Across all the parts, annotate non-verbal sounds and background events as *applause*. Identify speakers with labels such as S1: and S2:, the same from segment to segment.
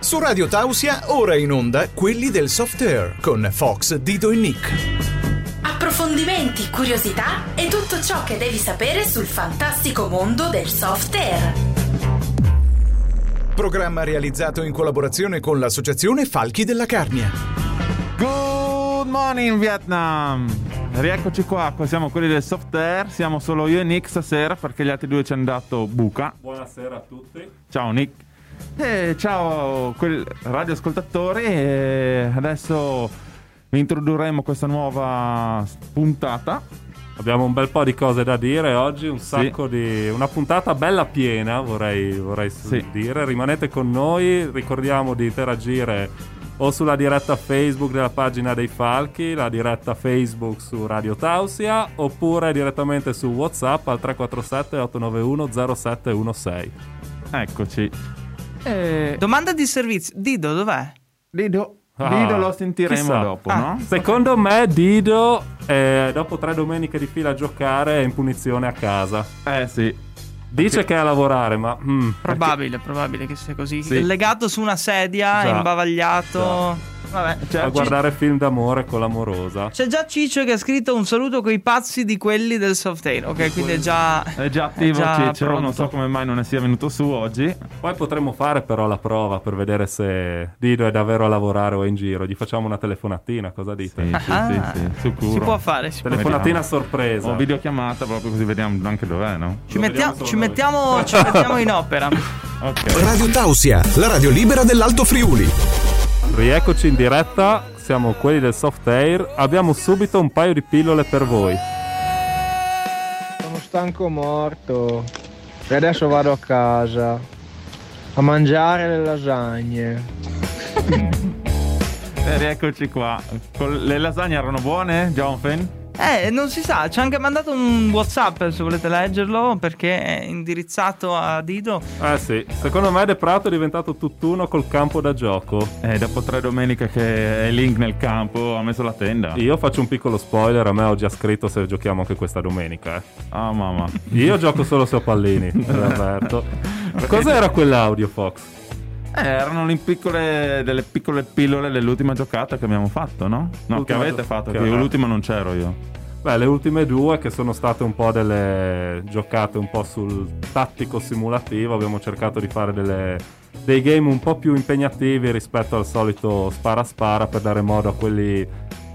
S1: Su Radio Tausia, ora in onda quelli del soft air con Fox, Dido e Nick.
S2: Approfondimenti, curiosità e tutto ciò che devi sapere sul fantastico mondo del soft air.
S1: Programma realizzato in collaborazione con l'associazione Falchi della Carnia.
S3: Good morning Vietnam! Rieccoci qua, qua siamo quelli del soft air, siamo solo io e Nick stasera perché gli altri due ci hanno dato buca.
S4: Buonasera a tutti.
S3: Ciao Nick. E ciao quel radioascoltatori, e adesso vi introdurremo questa nuova puntata.
S4: Abbiamo un bel po' di cose da dire oggi, un sacco di... una puntata bella piena vorrei, vorrei s-
S3: Sì.
S4: dire. Rimanete con noi, ricordiamo di interagire o sulla diretta Facebook della pagina dei Falchi, la diretta Facebook su Radio Tausia, oppure direttamente su Whatsapp al 347 891 0716.
S3: Eccoci.
S5: Domanda di servizio. Dido, dov'è?
S3: Dido,
S4: Ah,
S3: Dido lo sentiremo
S4: chissà.
S3: dopo,
S5: Ah.
S3: no?
S4: Secondo me Dido, eh, dopo tre domeniche di fila a giocare, è in punizione a casa.
S5: Ah.
S3: Eh sì.
S4: Dice che è a lavorare, ma... mm,
S5: Probabile, probabile che sia così.
S4: Sì.
S5: Legato su una sedia,
S4: Già.
S5: imbavagliato. Vabbè.
S3: Cioè,
S4: a
S3: ci-
S4: guardare film d'amore con l'amorosa.
S5: C'è già Ciccio che ha scritto un saluto coi pazzi di quelli del soft air. Ok, quindi è già.
S3: È già attivo
S5: È già
S3: Cicero, non
S5: pronto.
S3: so come mai non ne sia venuto su oggi.
S4: Poi potremmo fare però la prova per vedere se Dido è davvero a lavorare o è in giro. Gli facciamo una telefonatina, cosa dite?
S3: Sì, sì,
S5: Ah.
S3: sì, sì, sicuro.
S5: Si può fare. si può fare.
S4: Telefonatina a
S3: O
S4: sorpresa.
S3: videochiamata proprio così vediamo anche dov'è, no?
S5: Esatto. Ci,
S4: Lo
S5: mettia-
S4: vediamo solo
S5: ci,
S4: noi.
S5: mettiamo, ci mettiamo in
S3: *laughs*
S5: opera.
S3: Ok.
S1: Radio Tausia, la radio libera dell'Alto Friuli.
S4: Rieccoci in diretta, siamo quelli del soft air. Abbiamo subito un paio di pillole per voi.
S6: Sono stanco morto e adesso vado a casa a mangiare le lasagne.
S3: E rieccoci qua. Col- le lasagne erano buone, Jonfen?
S5: Eh, non si sa. Ci ha anche mandato un WhatsApp se volete leggerlo perché è indirizzato a Dido.
S4: Eh sì, secondo me De Prato è diventato tutt'uno col campo da gioco.
S3: Eh, dopo tre domeniche che è Link nel campo, ha messo la tenda.
S4: Io faccio un piccolo spoiler, a me ho già scritto se giochiamo anche questa domenica. eh.
S3: Ah, mamma.
S4: Io gioco solo se ho
S3: *laughs*
S4: pallini, Roberto. Cos'era quell'audio, Fox?
S3: Eh, erano le piccole, delle piccole pillole dell'ultima giocata che abbiamo fatto, no? No, che
S4: L'ultima
S3: avete
S4: gio-
S3: fatto,
S4: che
S3: che io
S4: avevamo.
S3: l'ultima non c'ero io.
S4: Beh, le ultime due che sono state un po' delle giocate un po' sul tattico simulativo, abbiamo cercato di fare delle- dei game un po' più impegnativi rispetto al solito spara-spara per dare modo a quelli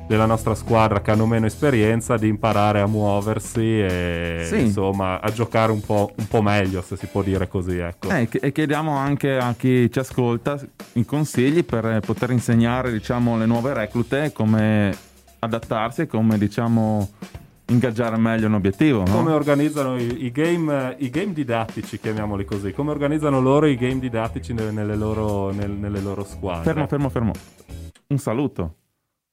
S4: della nostra squadra che hanno meno esperienza di imparare a muoversi e
S3: Sì.
S4: insomma a giocare un po', un po' meglio, se si può dire così, ecco.
S3: Eh, che- e chiediamo anche a chi ci ascolta i consigli per eh, poter insegnare, diciamo, alle nuove reclute come adattarsi e come, diciamo, ingaggiare meglio un obiettivo, no?
S4: Come organizzano i, i game, i game didattici, chiamiamoli così, come organizzano loro i game didattici nelle, nelle loro, nel- nelle loro squadre.
S3: Fermo, fermo, fermo. Un saluto.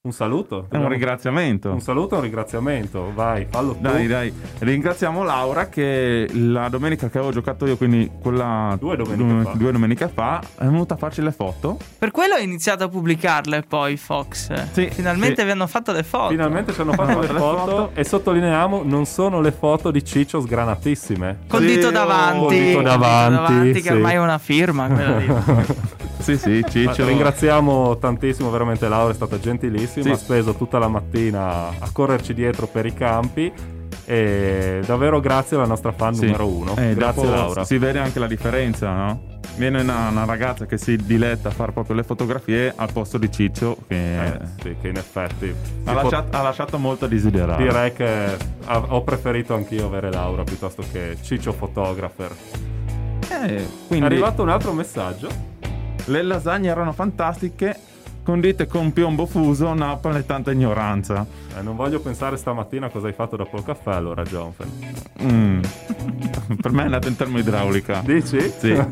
S4: Un saluto.
S3: È un
S4: Dobbiamo-
S3: ringraziamento.
S4: Un saluto e un ringraziamento, vai, fallo tu.
S3: Dai, dai. Ringraziamo Laura che la domenica che avevo giocato io, quindi quella
S4: Due domeniche
S3: due-
S4: fa.
S3: due domeniche fa, è venuta a farci le foto.
S5: Per quello ho iniziato a pubblicarle poi, Fox.
S3: Sì,
S5: Finalmente
S3: sì.
S5: vi hanno fatto le foto.
S4: Finalmente ci hanno fatto le
S3: Le
S4: foto
S3: foto.
S4: e sottolineiamo, non sono le foto di Ciccio sgranatissime.
S5: Col
S3: Sì,
S5: dito
S3: oh,
S5: davanti.
S4: col dito
S5: col
S4: davanti,
S5: davanti,
S4: sì.
S5: che ormai è una firma. quella lì.
S3: Sì,
S4: *laughs*
S3: sì,
S4: Ma
S3: Ciccio.
S4: ringraziamo tantissimo, veramente Laura è stata gentilissima,
S3: Sì.
S4: ha speso tutta la mattina a correrci dietro per i campi e davvero grazie alla nostra fan
S3: Sì.
S4: numero uno.
S3: Eh,
S4: grazie
S3: dopo
S4: Laura.
S3: Si vede anche la differenza, no? Viene una, una ragazza che si diletta a fare proprio le fotografie al posto di Ciccio che
S4: Eh, sì, che in effetti
S3: ha,
S4: si può-
S3: lasciato, ha lasciato molto a desiderare.
S4: direi che ha- ho preferito anch'io avere Laura piuttosto che Ciccio fotografer.
S3: Eh,
S4: È
S3: quindi
S4: arrivato un altro messaggio.
S3: le lasagne erano fantastiche, condite con piombo fuso, Napoli e tanta ignoranza.
S4: Eh, non voglio pensare stamattina cosa hai fatto dopo il caffè, allora, Jonfen.
S3: Mm. *laughs* per me è andata in termoidraulica.
S4: Dici? *laughs*
S3: Sì.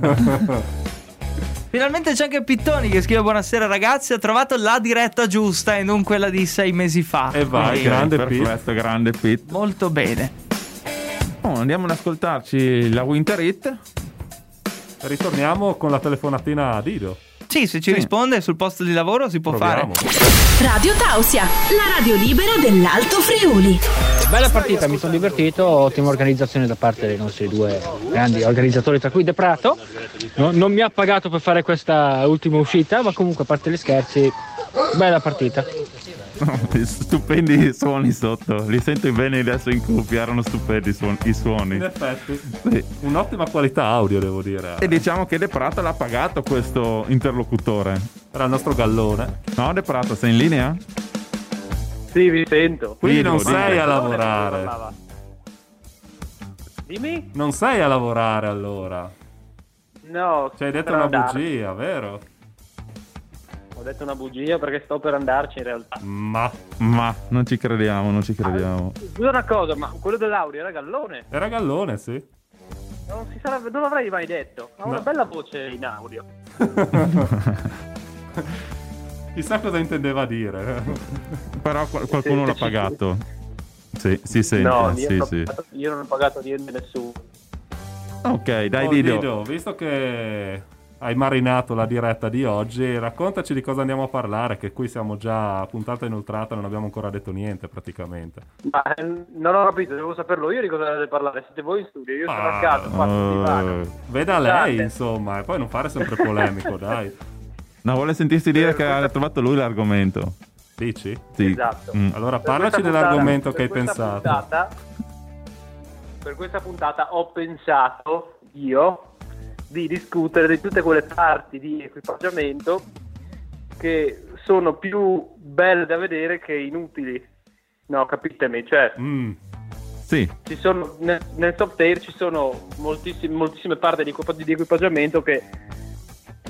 S5: Finalmente c'è anche Pittoni che scrive buonasera ragazzi, ha trovato la diretta giusta e non quella di sei mesi fa.
S4: E vai,
S3: Ok,
S4: grande Pete.
S3: perfetto, grande Pit.
S5: Molto bene.
S3: Oh, andiamo ad ascoltarci la Winter Hit.
S4: Ritorniamo con la telefonatina a Dido.
S5: Sì, se ci
S3: Sì.
S5: risponde sul posto di lavoro si può
S4: Proviamo.
S5: fare.
S2: Radio Tausia, la radio libera dell'Alto Friuli.
S7: Bella partita, mi sono divertito, ottima organizzazione da parte dei nostri due grandi organizzatori, tra cui De Prato. No- non mi ha pagato per fare questa ultima uscita, ma comunque a parte gli scherzi, bella partita.
S3: *laughs* Stupendi suoni sotto, li sento bene adesso in cuffia, erano stupendi i suon- i suoni.
S4: In effetti,
S3: Sì.
S4: un'ottima qualità audio, devo dire.
S3: E diciamo che De Prato l'ha pagato questo interlocutore.
S4: Era il nostro gallone.
S3: No, De Prato, sei in linea?
S8: Sì, vi sento.
S4: Quindi
S3: Dillo,
S4: non
S3: dillo.
S4: sei a
S8: Come
S4: lavorare.
S8: parlava? Dimmi?
S4: Non sei a lavorare allora.
S8: No.
S4: Ci hai detto
S8: per
S4: una
S8: andare.
S4: bugia, vero?
S8: Ho detto una bugia perché sto per andarci in realtà.
S4: Ma
S3: Ma non ci crediamo, non ci crediamo.
S8: Scusa una cosa, ma quello dell'Auri era gallone.
S4: era gallone, sì.
S8: Non, si sarebbe, non l'avrei mai detto. Ha una
S4: No.
S8: bella voce in audio.
S4: Chissà cosa intendeva dire.
S3: Però qual- qualcuno l'ha pagato. Sì, si sente,
S8: no, io,
S3: sì,
S8: non ho
S3: sì.
S8: pagato- io non ho pagato niente a nessuno.
S3: Ok, dai
S4: Oh,
S3: Dido.
S4: Dido, visto che hai marinato la diretta di oggi, raccontaci di cosa andiamo a parlare, che qui siamo già a puntata inoltrata, non abbiamo ancora detto niente praticamente.
S8: Ma eh, non ho capito, devo saperlo io di cosa dovete parlare. Siete voi in studio, io sono
S4: Ah,
S8: a casa, qua sul divano.
S3: Eh,
S4: Veda
S8: Scusate.
S4: lei, insomma, e poi non fare sempre polemico, dai.
S3: no, vuole sentirsi
S8: Eh,
S3: dire che ha trovato lui l'argomento.
S4: Dici?
S3: Sì.
S8: Esatto.
S3: Mm.
S4: Allora
S8: Per
S4: parlaci
S8: questa
S4: dell'argomento
S8: puntata-
S4: che hai
S8: per questa
S4: pensato.
S8: puntata- per questa puntata ho pensato io di discutere di tutte quelle parti di equipaggiamento che sono più belle da vedere che inutili. No, capitemi, cioè
S4: Mm,
S3: Sì,
S8: ci sono, nel, nel top tier ci sono moltissime, moltissime parti di, equipa- di equipaggiamento che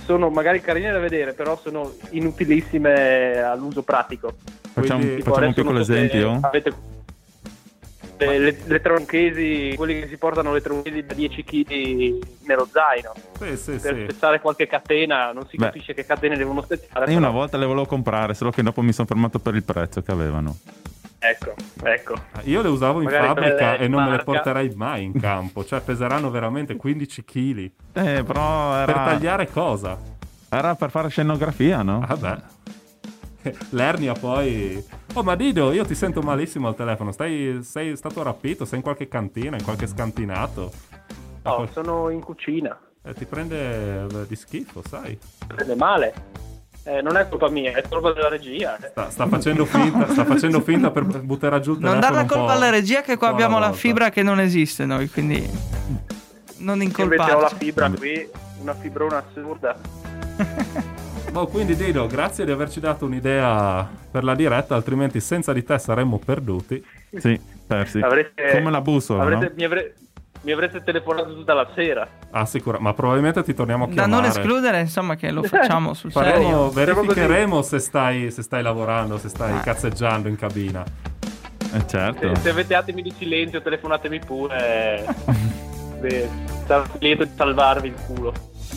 S8: sono magari carine da vedere, però sono inutilissime all'uso pratico.
S3: facciamo,
S4: Quindi-
S3: facciamo un
S8: Adesso
S3: piccolo
S8: non so se
S3: esempio.
S8: avete- le, le, le tronchesi, quelli che si portano le tronchesi da 10 kg nello zaino
S4: sì, sì,
S8: per
S4: sì.
S8: spezzare qualche catena, non si
S3: Beh.
S8: capisce che catene devono spezzare.
S3: Io una
S8: però-
S3: volta le volevo comprare, solo che dopo mi sono fermato per il prezzo che avevano.
S8: Ecco, ecco.
S4: Io le usavo in
S8: Magari
S4: fabbrica
S8: quelle
S4: e non me le
S8: marca.
S4: porterei mai in campo, cioè peseranno veramente 15 kg.
S3: Eh, però
S4: Per
S3: era per,
S4: tagliare Ah. cosa?
S3: era per fare scenografia, no?
S4: Vabbè. L'ernia poi... Oh ma Dido, io ti sento malissimo al telefono, Stai, sei stato rapito, sei in qualche cantina, in qualche scantinato.
S3: Ah.
S8: No, sono in cucina,
S4: Eh, ti prende eh, di schifo, sai?
S8: prende male. Eh, non è colpa mia, è colpa della regia. eh.
S4: Sta, sta
S5: *laughs*
S4: facendo finta, sta facendo finta per buttare giù il
S5: Non
S4: telefono
S5: dare la
S4: un po'-
S5: colpa alla regia che qua
S4: un po' alla
S5: abbiamo la
S4: volta.
S5: fibra che non esiste noi, quindi non
S8: Invece ho la
S5: incolparci.
S8: fibra qui, una fibrona assurda.
S4: Boh, quindi Dido, grazie di averci dato un'idea per la diretta, altrimenti senza di te saremmo perduti.
S3: Sì, persi.
S8: Avreste-
S3: Come la bussola,
S8: avrete-
S3: no?
S8: mi, avre- mi avreste telefonato tutta la sera.
S4: Ah, sicura, ma probabilmente ti torniamo a
S5: Da
S4: chiamare.
S5: non escludere, insomma, che
S8: *laughs*
S5: lo facciamo sul serio.
S4: Faremo,
S8: Siamo
S4: verificheremo se stai, se stai lavorando, se stai
S5: Ah.
S4: cazzeggiando in cabina.
S3: Eh, certo.
S8: Se, se avete attimi di silenzio, telefonatemi
S3: *laughs*
S8: pure. Beh, Sarò lieto di salvarvi il culo.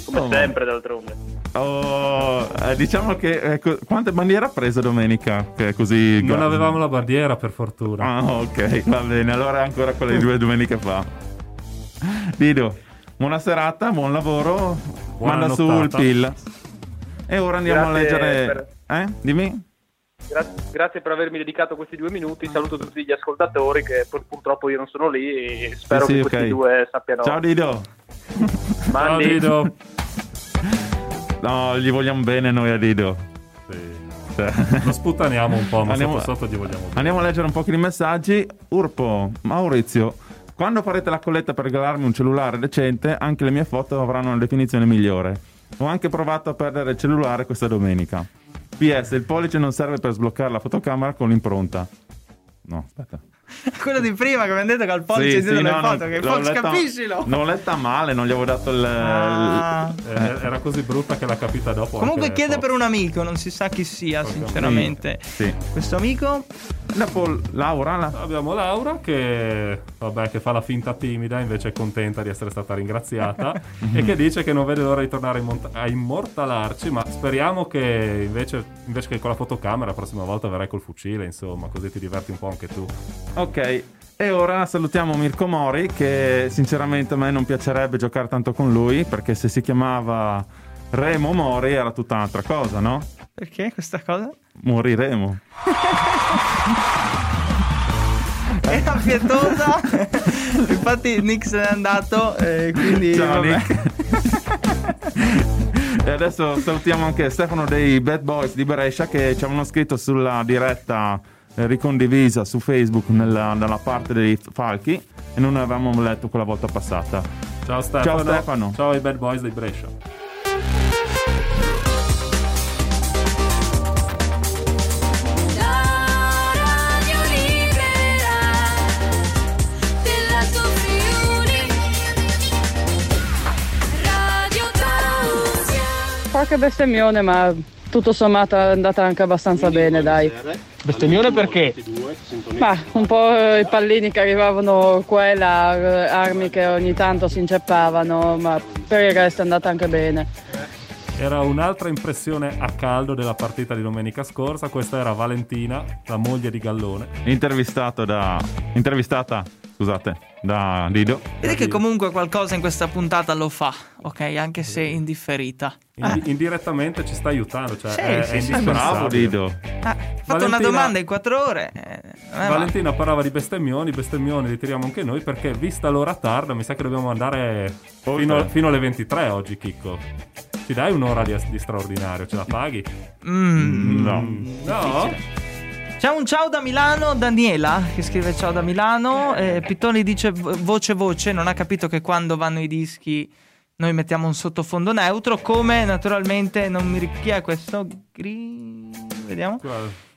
S8: Come
S3: Oh.
S8: sempre, d'altronde.
S3: Oh, eh, diciamo che ecco, quante bandiere ha preso domenica? Che è così.
S4: Non avevamo la bandiera, per fortuna.
S3: Ah, ok, va bene. Allora è ancora quelle due domeniche fa. Dido, buona serata, buon lavoro.
S4: Buona
S3: Manda su il
S4: nottata.
S3: PIL. E ora andiamo
S8: Grazie
S3: a leggere. Eh? Dimmi?
S8: Gra- grazie per avermi dedicato questi due minuti. Saluto tutti gli ascoltatori che pur- purtroppo io non sono lì. E spero
S3: Sì,
S8: che
S3: sì,
S8: questi
S3: ok.
S8: due sappiano.
S3: Ciao Dido.
S4: Ciao,
S8: Manni.
S5: *laughs*
S4: Dido.
S3: No, gli vogliamo bene noi a Dido.
S4: Sì.
S3: Cioè,
S4: Lo sputaniamo un po', ma
S3: Andiamo-
S4: sotto sotto gli vogliamo bene.
S3: Andiamo a leggere un po' di messaggi. Urpo, Maurizio, quando farete la colletta per regalarmi un cellulare decente, anche le mie foto avranno una definizione migliore. Ho anche provato a perdere il cellulare questa domenica. PS, il pollice non serve per sbloccare la fotocamera con l'impronta. No, aspetta.
S5: *laughs* Quello di prima che mi hanno detto che al pollice
S3: Sì,
S5: dietro
S3: sì,
S5: le
S3: no,
S5: foto,
S3: non-
S5: che
S3: l'ho eh,
S5: Fox,
S3: letta-
S5: capiscilo!
S3: Non l'ho letta male, non gli avevo dato il...
S5: Ah.
S3: il- eh,
S4: Eh, Era così brutta che l'ha capita dopo.
S5: Comunque
S4: anche
S5: chiede
S4: Fox.
S5: per un amico, non si sa chi sia, sinceramente.
S3: Sì.
S5: Questo amico
S3: Dopo Laura, la-
S4: Abbiamo Laura che, vabbè, che fa la finta timida, invece è contenta di essere stata
S5: *laughs*
S4: ringraziata e che dice che non vede l'ora di tornare a immont- a immortalarci, ma speriamo che invece, invece che con la fotocamera la prossima volta verrai col fucile, insomma, così ti diverti un po' anche tu.
S3: Ok, e ora salutiamo Mirko Mori che sinceramente a me non piacerebbe giocare tanto con lui perché se si chiamava Remo Mori era tutta un'altra cosa, no?
S5: Perché questa cosa?
S3: Moriremo.
S5: era
S3: *laughs*
S5: pietosa. Infatti Nick se n'è andato, eh, quindi...
S3: Ciao,
S5: vabbè.
S3: *laughs* E adesso salutiamo anche Stefano dei Bad Boys di Brescia che ci avevano scritto sulla diretta eh, ricondivisa su Facebook nella, dalla parte dei falchi e non avevamo letto quella volta passata.
S4: Ciao Stefano.
S3: Stefano.
S4: Ciao ai Bad Boys di Brescia.
S9: La radio libera della tua Friuli Radio Tausia
S10: Qualche bestemmione, ma tutto sommato è andata anche abbastanza bene, dai.
S7: Bestemmione perché?
S10: Ma un po' eh, i pallini che arrivavano qua e là, eh, armi che ogni tanto si inceppavano, ma per il resto è andata anche bene.
S4: Era un'altra impressione a caldo della partita di domenica scorsa. Questa era Valentina, la moglie di Gallone.
S3: Intervistato da, intervistata, scusate, da Dido.
S5: Vedi che comunque qualcosa in questa puntata lo fa, ok? Anche se indifferita.
S4: Indi- Indirettamente ci sta aiutando. Cioè
S5: Ah. Sì,
S4: è,
S5: sì,
S4: è
S5: sì.
S4: indispensabile.
S3: Bravo Dido.
S5: Ah, ho fatto
S4: Valentina-
S5: una domanda in quattro ore. eh, non è male.
S4: Valentina parlava di bestemmioni, bestemmioni li tiriamo anche noi perché vista l'ora tarda mi sa che dobbiamo andare fino, fino alle 23 oggi Chicco. Ci dai un'ora di, di straordinario, ce la paghi?
S5: Mm.
S3: No.
S4: No?
S5: C'è un ciao da Milano, Daniela che scrive ciao da Milano. eh, Pittoni dice vo- voce voce, non ha capito che quando vanno i dischi noi mettiamo un sottofondo neutro, come naturalmente non mi ri- chi è questo? Gri- Vediamo.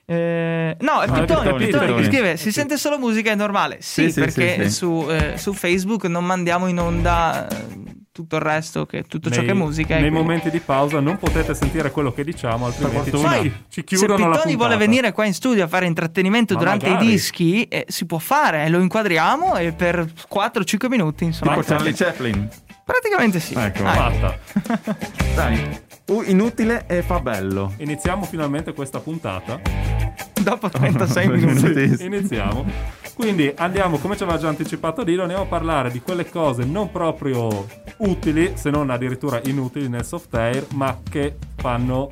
S5: Eh, no, è
S3: No, è
S5: Pittoni,
S3: Pittoni,
S5: Pittoni, che
S3: Pittoni.
S5: scrive si sente solo musica, è normale. Sì,
S3: Sì, sì,
S5: perché
S3: sì, sì.
S5: Su, eh, su Facebook non mandiamo in onda eh, tutto il resto, che, tutto ciò
S4: Nei-
S5: che è musica. e
S4: Nei
S5: quindi-
S4: momenti di pausa non potete sentire quello che diciamo, altrimenti
S3: fortuna.
S4: ci,
S5: Poi,
S4: ci
S5: se
S4: chiudono la
S5: Pittoni
S4: puntata.
S5: vuole venire qua in studio a fare intrattenimento
S4: Ma
S5: durante
S4: magari.
S5: i dischi, eh, si può fare, eh, lo inquadriamo e per 4-5 minuti, insomma.
S4: Ecco.
S3: Tipo Charlie Chaplin.
S5: Praticamente sì.
S3: Ecco.
S5: Dai.
S4: Fatta.
S3: Dai. U- inutile e fa bello.
S4: Iniziamo finalmente questa puntata. Ah. *laughs*
S5: dopo 36 minuti.
S4: Iniziamo. Quindi andiamo, come ci aveva già anticipato Dino, andiamo a parlare di quelle cose non proprio utili, se non addirittura inutili nel soft air, ma che fanno,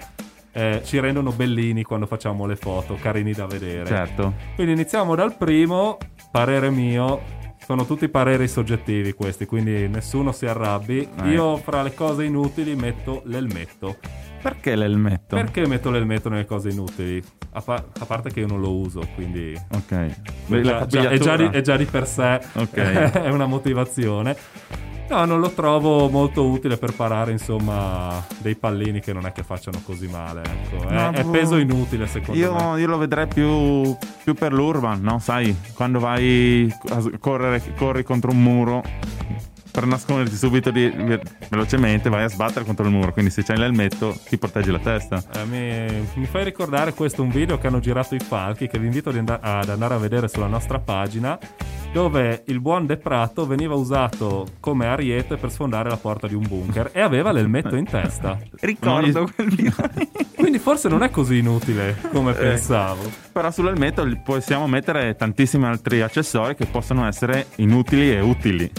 S4: eh, ci rendono bellini quando facciamo le foto, carini da vedere.
S3: Certo.
S4: Quindi iniziamo dal primo, parere mio. Sono tutti pareri soggettivi questi, quindi nessuno si arrabbi.
S3: Eh.
S4: Io fra le cose inutili metto l'elmetto.
S3: Certo. Perché l'elmetto?
S4: Perché metto l'elmetto nelle cose inutili? A, pa- a parte che io non lo uso, quindi
S3: Ok.
S4: Beh,
S3: Beh, la
S4: già- già- è, già di,
S3: capigliatura.
S4: è già di per sé
S3: Ok.
S4: *laughs* è una motivazione. No, non lo trovo molto utile per parare, insomma, dei pallini che non è che facciano così male. Ecco. È,
S3: Ma
S4: è
S3: boh.
S4: peso inutile, secondo me.
S3: Io, io lo vedrei più, più per l'urban, no? Sai, quando vai a s- correre, corri contro un muro per nasconderti subito di- ve- velocemente, vai a sbattere contro il muro. Quindi se c'hai l'elmetto ti proteggi la testa.
S4: Eh, mi, mi fai ricordare questo un video che hanno girato i falchi che vi invito ad, and- ad andare a vedere sulla nostra pagina dove il buon De Prato veniva usato come ariete per sfondare la porta di un bunker e aveva l'elmetto in testa.
S5: Ricordo
S3: No, gli-
S5: quel video.
S4: Quindi forse non è così inutile come pensavo.
S3: Però sull'elmetto li- possiamo mettere tantissimi altri accessori che possono essere inutili e utili.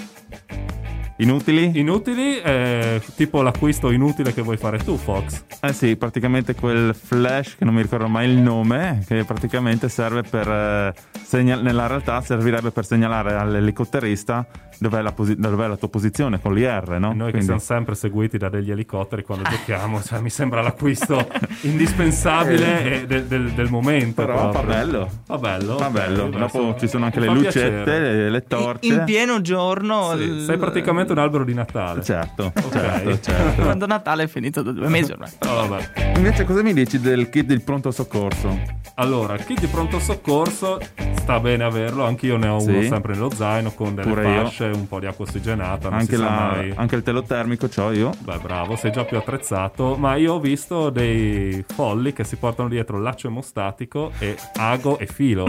S3: Inutili?
S4: Inutili, eh, tipo l'acquisto inutile che vuoi fare tu, Fox.
S3: Eh sì, praticamente quel flash che non mi ricordo mai il nome, che praticamente serve per eh, segna- nella realtà servirebbe per segnalare all'elicotterista dov'è la, posi- dov'è la tua posizione con l'IR, no?
S4: Noi che
S3: Ah, Quindi-
S4: siamo sempre seguiti da degli elicotteri
S3: *laughs*
S4: quando giochiamo, cioè, mi sembra l'acquisto indispensabile e del, del- del momento.
S3: Eh. Però fa
S4: proprio.
S3: bello.
S4: Fa bello.
S3: Va
S4: ok,
S3: Ah, bello,
S4: beh,
S3: dopo
S4: insomma,
S3: ci sono anche
S4: mi
S3: le
S4: fa
S3: lucette,
S4: piacere.
S3: le, le torce.
S5: In pieno giorno.
S4: Sì,
S5: l-
S4: sei praticamente un albero di Natale.
S3: Certo,
S4: Ok. *laughs*
S3: certo, certo.
S5: Quando Natale è finito da due mesi ormai.
S4: Ah, vabbè.
S3: Invece cosa mi dici del kit del pronto soccorso?
S4: Allora, il kit di pronto soccorso sta bene averlo, anch'io ne ho
S3: Sì.
S4: uno sempre nello zaino con delle
S3: Pure io.
S4: fasce, un po' di acqua ossigenata, non
S3: Anche,
S4: si sa
S3: la-
S4: mai.
S3: anche il telo termico c'ho io.
S4: Beh, bravo, sei già più attrezzato. Ma io ho visto dei folli che si portano dietro laccio emostatico e ago e filo.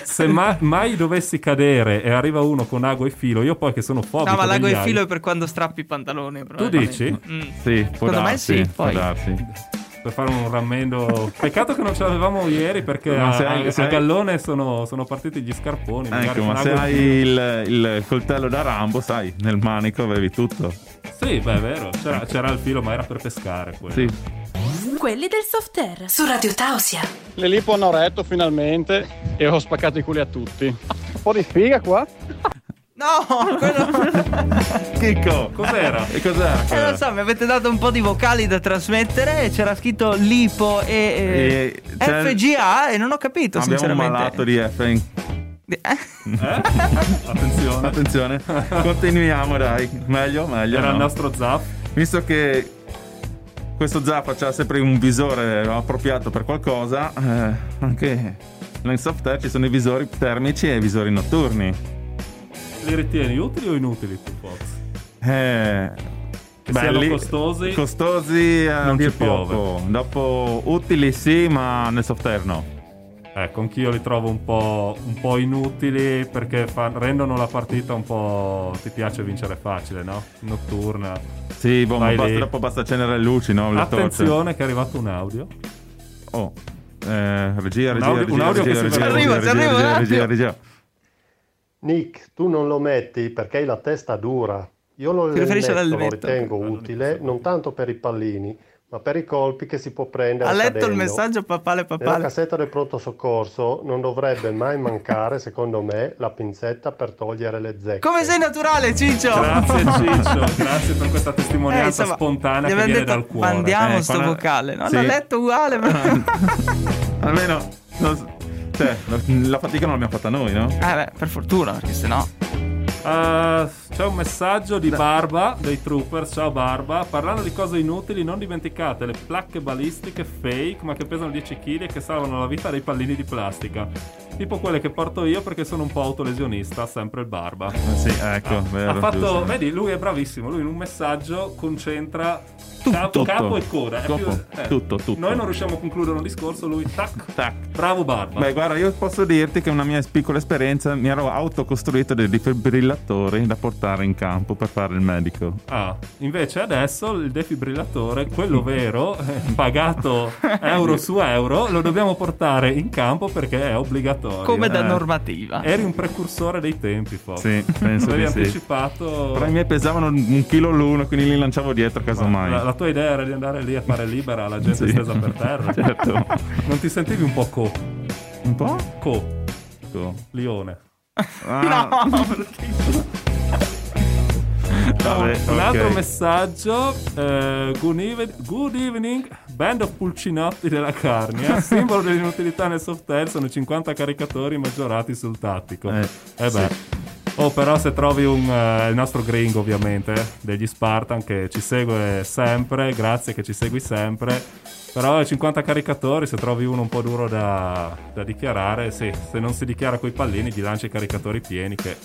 S3: *laughs*
S4: se ma- mai dovessi cadere e arriva uno con ago e filo, io poi che sono fobico
S5: No, ma
S4: degli
S5: l'ago e
S4: aghi-
S5: filo è per quando strappi i pantaloni.
S4: Tu
S5: probabilmente.
S4: dici?
S5: Mm.
S3: Sì, può
S5: Secondo me
S3: darsi,
S5: sì,
S3: può
S5: poi.
S3: darsi.
S4: Per fare un rammendo... Peccato che non ce l'avevamo ieri perché
S3: Ma
S4: a,
S3: se hai-
S4: a-
S3: se
S4: a
S3: hai-
S4: gallone sono, sono partiti gli scarponi. magari
S3: Ecco,
S4: con
S3: ma
S4: ago
S3: se
S4: e
S3: hai
S4: filo.
S3: il, il coltello da Rambo, sai, nel manico avevi tutto.
S4: Sì, beh, è vero. C'era, c'era il filo, ma era per pescare quello.
S3: Sì.
S2: Quelli del soft air su Radio Tausia.
S7: Le lipo hanno retto finalmente e ho spaccato i culi a tutti.
S6: po' di sfiga qua?
S5: No,
S4: *laughs* Chicco, cos'era? E cos'era?
S5: eh, non so, mi avete dato un po' di vocali da trasmettere. C'era scritto Lipo e, eh,
S3: E c'è-
S5: FGA e eh, non ho capito,
S3: Abbiamo un
S5: sinceramente. Eh,
S3: malato di F. in-
S5: *laughs*
S4: Attenzione.
S3: Attenzione, continuiamo dai. Meglio, meglio.
S4: Era
S3: no?
S4: il nostro Zap.
S3: Visto che questo Zappa c'ha sempre un visore appropriato per qualcosa, eh, anche in soft air ci sono i visori termici e i visori notturni.
S4: Li ritieni utili o inutili tu, Fox?
S3: Eh,
S4: Che siano costosi?
S3: Costosi a
S4: Non
S3: dir
S4: ci piove.
S3: poco. Dopo utili sì, ma nel soft air no.
S4: Ecco, anch'io li trovo un po', un po' inutili perché fa- rendono la partita un po'... Ti piace vincere facile, no? Notturna.
S3: Sì, boh, ma
S4: Vai
S3: basta,
S4: lì.
S3: dopo basta accendere le luci, no? Le torce.
S4: Attenzione che è arrivato un audio.
S3: Oh, eh, regia, regia,
S4: audio-
S3: regia,
S4: un audio
S3: regia,
S4: che si
S3: regia,
S4: vede.
S3: regia,
S5: Arrivo,
S3: regia, regia,
S5: arrivo, un
S3: regia,
S5: attimo.
S3: regia.
S11: Nick, tu non lo metti perché hai la testa dura. Io lo,
S5: Si riferisce
S11: metto, lo
S5: all'elmetto.
S11: ritengo utile non tanto per i pallini, ma per i colpi che si può prendere
S5: Ha letto il
S11: cadendo.
S5: messaggio papale
S11: Nella
S5: papale.
S11: cassetta del pronto soccorso non dovrebbe mai mancare, secondo me, la pinzetta per togliere le zecche.
S5: Come sei naturale, Ciccio?
S11: *laughs*
S5: *laughs*
S4: Grazie Ciccio, grazie per questa
S5: Eh,
S4: testimonianza
S5: insomma,
S4: spontanea
S5: gli
S4: che
S5: abbiamo
S4: viene
S5: detto,
S4: dal cuore. Ecco,
S5: Mandiamo
S3: Eh,
S5: sto
S3: quando-
S5: vocale. No,
S3: sì.
S5: l'ha letto
S4: *laughs*
S5: uguale. Eh, Ma...
S3: Almeno, non s- cioè, la- la fatica non l'abbiamo fatta noi, no?
S5: Eh beh, per fortuna, perché sennò.
S4: Eh, c'è un messaggio di Barba dei Troopers. Ciao Barba. Parlando di cose inutili, non dimenticate le placche balistiche fake, ma che pesano 10 kg e che salvano la vita dei pallini di plastica. Tipo quelle che porto io perché sono un po' autolesionista, sempre il Barba. Ah,
S3: Eh Sì, ecco, vero,
S4: ha fatto,
S3: giusto.
S4: vedi, lui è bravissimo. Lui in un messaggio concentra capo,
S3: Tutto.
S4: capo e coda. È più- eh.
S3: Capo, tutto, tutto.
S4: Noi non riusciamo a concludere un discorso. Lui, tac,
S3: Tac.
S4: bravo Barba.
S3: Beh, guarda, io posso dirti che una mia piccola esperienza mi ero autocostruito dei defibrillatori da portare in campo per fare il medico.
S4: Ah, invece adesso il defibrillatore, quello
S3: *laughs*
S4: vero, eh, pagato euro su euro, lo dobbiamo portare in campo perché è obbligatorio.
S5: Come da
S4: Eh,
S5: normativa.
S4: Eri un precursore dei tempi, Fox.
S3: Sì, penso
S4: Avevi
S3: di sì.
S4: anticipato.
S3: Però i miei pesavano un chilo l'uno, quindi li lanciavo dietro casomai.
S4: La, la tua idea era di andare lì a fare libera la gente
S3: Sì.
S4: stesa per terra.
S3: *laughs* Certo.
S4: Non ti sentivi un po' co?
S3: Un
S4: Oh.
S3: po'?
S4: Co,
S3: Ecco.
S4: Lione.
S3: Ah,
S5: *laughs* No,
S3: vabbè,
S4: Un altro
S3: ok.
S4: messaggio, eh, good, even- good evening, band of pulcinotti della carnia, simbolo dell'inutilità nel soft air sono 50 caricatori maggiorati sul tattico.
S3: Eh,
S4: Eh, beh. Oh, però se trovi un, eh, il nostro gringo ovviamente, eh, degli Spartan che ci segue sempre, grazie che ci segui sempre. Però i 50 caricatori, se trovi uno un po' duro da, da dichiarare, sì, se non si dichiara coi pallini gli lanci i caricatori pieni che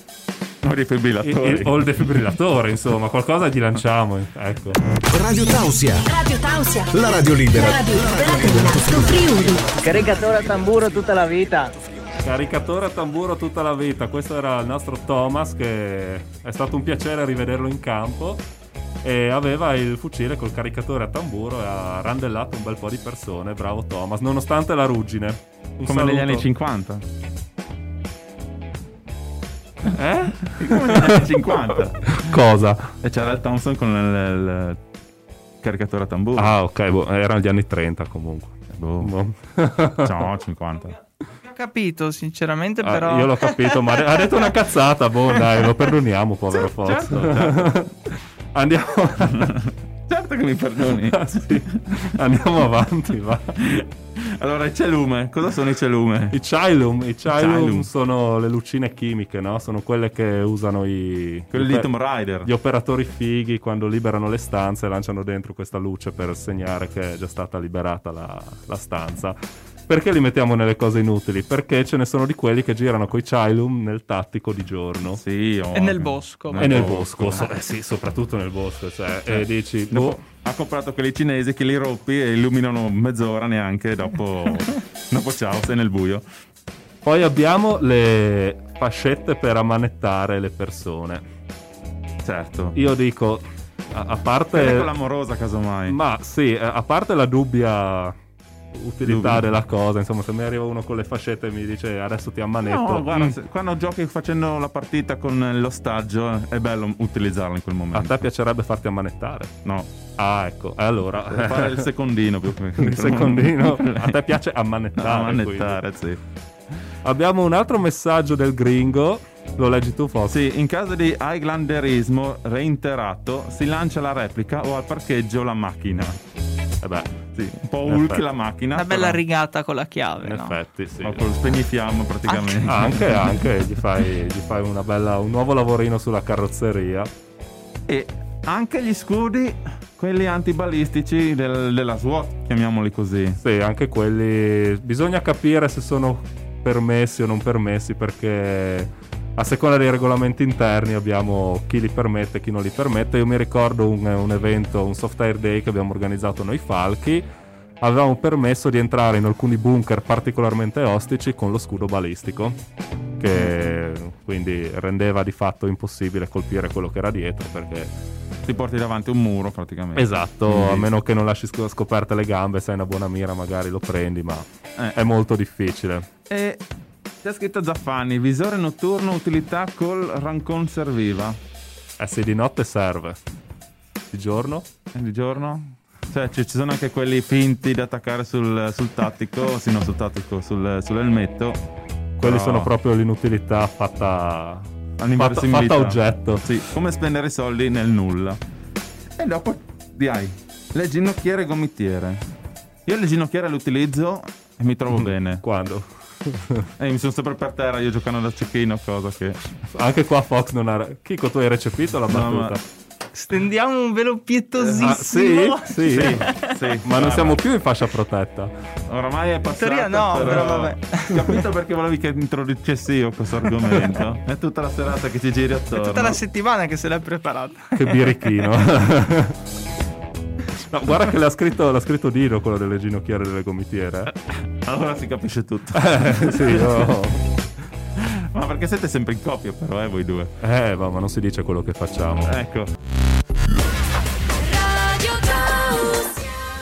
S3: No, defibrillatori.
S4: e- e- o il defibrillatore, insomma, qualcosa gli lanciamo. Ecco.
S1: Radio Tausia,
S9: Radio Tausia.
S1: la radio libera.
S9: Radio libera dell'Alto Friuli.
S5: Caricatore a tamburo tutta la vita.
S4: Caricatore a tamburo tutta la vita. Questo era il nostro Thomas, che è stato un piacere rivederlo in campo. E aveva il fucile col caricatore a tamburo e ha randellato un bel po' di persone. Bravo Thomas, nonostante la ruggine. Un
S3: Come negli
S4: saluto.
S3: anni 50. Eh? Come negli anni 50.
S4: *laughs* Cosa?
S3: E c'era il Thompson con il, il caricatore a tamburo.
S4: Ah, ok, boh, erano gli anni 30 comunque.
S3: Boh. *laughs*
S4: Boh.
S3: No,
S4: *laughs*
S3: 50.
S5: Ho capito, sinceramente,
S4: Ah,
S5: però.
S4: Io l'ho capito, ma ha detto una cazzata. Boh, dai, lo perdoniamo, povero Fox. *laughs* Andiamo.
S3: Certo che mi perdoni.
S4: Ah, sì. *laughs* Andiamo avanti, va.
S3: Allora, i celume. Cosa sono i celume?
S4: I Chylum, i Chylum
S3: Chylum.
S4: sono le lucine chimiche, no? Sono quelle che usano i...
S3: Quelli
S4: gli
S3: di
S4: oper-
S3: Tomb Raider.
S4: Gli operatori fighi quando liberano le stanze e lanciano dentro questa luce per segnare che è già stata liberata la, la stanza. Perché li mettiamo nelle cose inutili? Perché ce ne sono di quelli che girano coi Chylum nel tattico di giorno.
S3: Sì, oh.
S5: E nel bosco.
S4: E nel bosco, so- eh sì, soprattutto nel bosco, cioè, e dici,
S3: Dopo-
S4: boh,
S3: Ha comprato quelli cinesi che li roppi e illuminano mezz'ora neanche
S4: *laughs*
S3: dopo, dopo ciao, sei nel buio.
S4: Poi abbiamo le fascette per ammanettare le persone.
S3: Certo.
S4: Io dico, a, a
S3: Quella
S4: parte...
S3: con l'amorosa, casomai.
S4: Ma sì, eh, a parte la dubbia utilità
S3: Dubbio.
S4: della cosa, insomma, se mi arriva uno con le fascette e mi dice adesso ti ammanetto...
S3: No, guarda,
S4: mm,
S3: se- quando giochi facendo la partita con l'ostaggio è bello utilizzarlo in quel
S4: a
S3: momento.
S4: te piacerebbe farti ammanettare?
S3: No,
S4: Ah, ecco, e allora...
S3: fare il secondino più che- *laughs*
S4: Il secondino. A te piace ammanettare,
S3: ammanettare, sì.
S4: *laughs* Abbiamo un altro messaggio del gringo. Lo leggi tu, Fox?
S3: Sì, in caso di highlanderismo reinterato si lancia la replica o al parcheggio la macchina.
S4: Eh beh,
S3: sì, un po'
S4: in
S3: Hulk
S4: effetti.
S3: la macchina.
S5: Una bella
S3: però-
S5: rigata con la chiave,
S3: In
S5: no?
S4: effetti, sì.
S3: Ma con lo spegnifiamma praticamente.
S4: Anche, anche, gli fai, gli fai una bella, un nuovo lavorino sulla carrozzeria.
S3: E anche gli scudi, quelli antibalistici del- della SWAT, chiamiamoli così.
S4: Sì, anche quelli. Bisogna capire se sono permessi o non permessi, perché a seconda dei regolamenti interni abbiamo chi li permette e chi non li permette. Io mi ricordo un, un evento, un soft air day che abbiamo organizzato noi falchi. Avevamo permesso di entrare in alcuni bunker particolarmente ostici con lo scudo balistico, che quindi rendeva di fatto impossibile colpire quello che era dietro perché
S3: Ti porti davanti un muro praticamente.
S4: Esatto,
S3: Quindi-
S4: a meno che non lasci sc- scoperte le gambe, se hai una buona mira magari lo prendi, ma
S3: Eh.
S4: è molto difficile.
S3: E c'è scritto Zaffani, visore notturno, utilità col Rancon serviva.
S4: Eh, se di notte serve. Di giorno?
S3: E Di giorno? Cioè, ci, ci sono anche quelli finti da attaccare sul, sul tattico, sì, no, sul tattico, sul, sull'elmetto.
S4: Quelli
S3: Però-
S4: sono proprio l'inutilità fatta... Fatta,
S3: All'inverosimilità.
S4: fatta oggetto.
S3: Sì, come spendere i soldi nel nulla. E dopo dai, le ginocchiere e gomitiere. Io le ginocchiere le utilizzo e mi
S4: Mm.
S3: trovo bene.
S4: Quando?
S3: E mi sono sempre per terra, io giocando da cecchino, cosa che...
S4: Anche qua Fox non ha... Chico, tu hai recepito la
S3: No,
S4: battuta?
S5: Stendiamo un velo
S4: Ah, sì?
S5: pietosissimo.
S4: Sì.
S3: Sì, sì.
S4: Eh, ma non
S3: Ah,
S4: siamo
S3: ma-
S4: più in fascia protetta.
S3: Oramai è passato.
S5: teoria no, però vabbè.
S3: Capito perché volevi che introducessi io questo
S4: *laughs*
S3: argomento? È tutta la serata che ci giri attorno.
S5: È tutta la settimana che se l'è preparata.
S4: *laughs* Che birichino. *laughs* no, guarda che l'ha scritto, l'ha scritto Dino, quello delle ginocchiere e delle gomitiere.
S3: Allora si capisce tutto.
S4: *laughs* Eh, sì, io...
S3: *laughs* Ma perché siete sempre in coppia però, eh, voi due?
S4: Eh, ma, ma non si dice quello che facciamo.
S3: Ecco.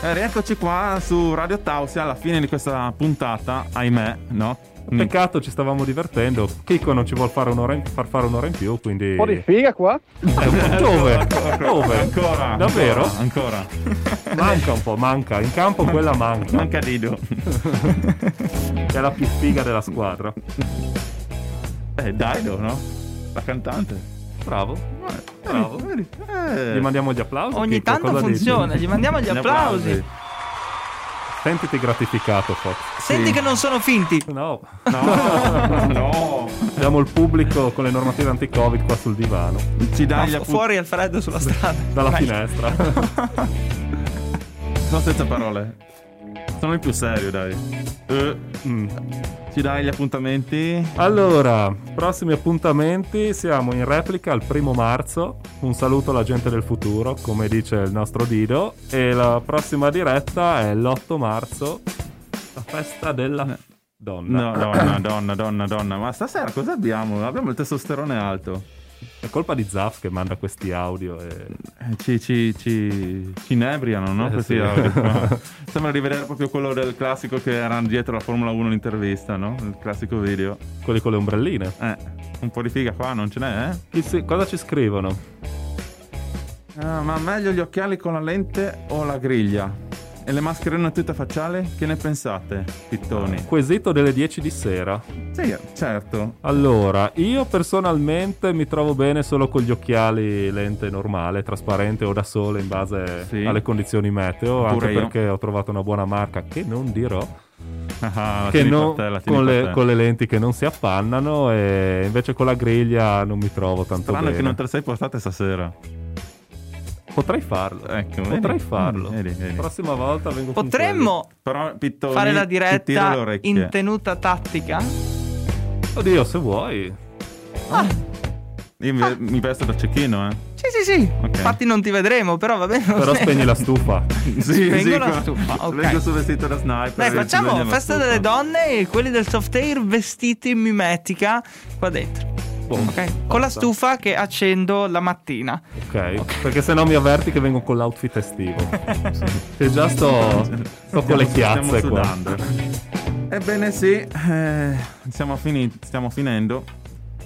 S3: E Eh, rieccoci qua su Radio Tausia alla fine di questa puntata, ahimè, no? Mm. Mi-
S4: Peccato, ci stavamo divertendo. Kiko non ci vuol fare un'ora in- far fare un'ora in più, quindi.
S6: po' di figa qua.
S4: Eh, dove? Dove?
S3: Ancora.
S4: Davvero?
S3: Ancora. ancora.
S4: *laughs* Manca un po', manca. In campo quella manca.
S3: Manca Dido.
S4: È la più figa della squadra.
S3: Eh, Dido, no? La cantante.
S4: Bravo.
S3: Bravo.
S4: Bravo.
S3: Vedi, eh.
S4: Gli mandiamo gli applausi.
S5: *laughs* Ogni
S4: Kiko,
S5: tanto
S4: cosa dici?
S5: funziona, gli mandiamo gli
S3: Gli
S5: applausi.
S3: applausi.
S4: Sentiti gratificato, Fox.
S5: Senti
S3: Sì.
S5: che non sono finti.
S4: No.
S3: No, no.
S4: Abbiamo il pubblico con le normative anti-Covid qua sul divano.
S3: Ci dai gli
S4: Ah,
S5: Fu-
S3: appunti.
S5: Fuori al freddo sulla strada.
S4: Dalla
S5: Vai.
S4: finestra.
S5: *laughs*
S3: Sono senza parole. Sono il più serio, dai. Eh, mm. Ci dai gli appuntamenti?
S4: Allora, prossimi appuntamenti, siamo in replica il primo marzo, un saluto alla gente del futuro, come dice il nostro Dido, e la prossima diretta è l'8 marzo, la festa della donna.
S3: No, donna, donna, donna, donna. Ma stasera cosa abbiamo? Abbiamo il testosterone alto.
S4: È colpa di Zaf che manda questi audio e...
S3: Eh, Ci, ci, ci, ci inebriano, no?
S4: Eh,
S3: Questi
S4: sì.
S3: audio *laughs* qua. Sembra di vedere proprio quello del classico che era dietro la Formula 1 l'intervista, no? Il classico video.
S4: quelli con le ombrelline.
S3: Eh, un po' di figa qua non ce n'è, eh?
S4: Chi si- Cosa ci scrivono?
S3: Ah, ma meglio gli occhiali con la lente o la griglia? E le mascherine tutte facciali? Che ne pensate, pittoni?
S4: Quesito delle 10 di sera.
S3: Sì, certo.
S4: Allora, io personalmente mi trovo bene solo con gli occhiali lente normale, trasparente o da sole in base
S3: Sì.
S4: alle condizioni meteo,
S3: Pure
S4: anche
S3: io.
S4: perché ho trovato una buona marca che non dirò,
S3: Ah, la
S4: che
S3: tieni per
S4: non-
S3: te, la tieni
S4: con,
S3: per
S4: le,
S3: te.
S4: con le lenti che non si appannano e invece con la griglia non mi trovo tanto
S3: Strano
S4: bene.
S3: che non te le sei portate stasera.
S4: Potrei farlo,
S3: Ecco, vedi?
S4: potrei farlo.
S3: Vedi, vedi.
S4: Prossima volta vengo con
S5: Potremmo
S3: Però Pittoni
S5: fare la
S3: ti tira le
S5: diretta
S3: orecchie.
S5: in tenuta tattica.
S4: quelli. Oddio, se vuoi.
S3: Io mi, mi vesto da cecchino, eh.
S5: Sì, sì, sì.
S3: Ok.
S5: Infatti non ti vedremo, però va bene. lo
S4: Però
S5: stesso.
S4: spegni la stufa.
S3: Sì,
S5: Spengo la
S3: qua-
S5: stufa, ok.
S3: Vengo sul vestito da sniper. eh,
S5: Dai,
S3: e ci
S5: facciamo
S3: svegliamo
S5: festa
S3: la
S5: delle
S3: stufa.
S5: donne e quelli del soft air vestiti in mimetica qua dentro.
S3: Boh.
S4: Boom.
S5: Ok? Con la
S4: Basta.
S5: stufa che accendo la mattina.
S4: Ok, perché se no mi avverti che vengo con l'outfit estivo.
S3: *laughs*
S4: Che già sto, sto con le
S3: Stiamo-
S4: chiazze
S3: stiamo
S4: qua.
S3: sudando. Ebbene sì, eh, siamo finiti, stiamo finendo.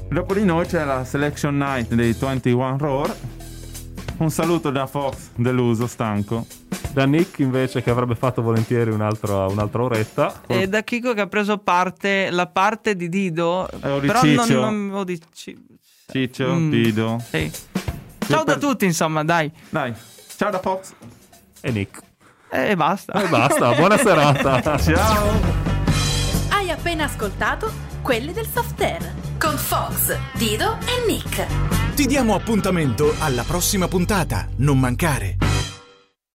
S3: Dopo di noi c'è la selection night dei 21 Roar. Un saluto da Fox, deluso, stanco.
S4: da Nick invece che avrebbe fatto volentieri un'altra, un'altra oretta.
S5: E
S3: Eh.
S5: da Chico che ha preso parte la parte di Dido,
S4: o di
S5: però non,
S4: Ciccio.
S5: non o di Ci-
S3: Ciccio,
S5: Mm.
S3: Dido.
S5: Sì. Ciao da tutti, insomma, dai.
S3: Dai. Ciao da Fox.
S4: E Nick.
S5: E basta.
S4: E Eh, basta, buona serata.
S3: *laughs*
S4: Ciao.
S2: Hai appena ascoltato Quelli del soft air con Fox, Dido e Nick.
S1: Ti diamo appuntamento alla prossima puntata. Non mancare.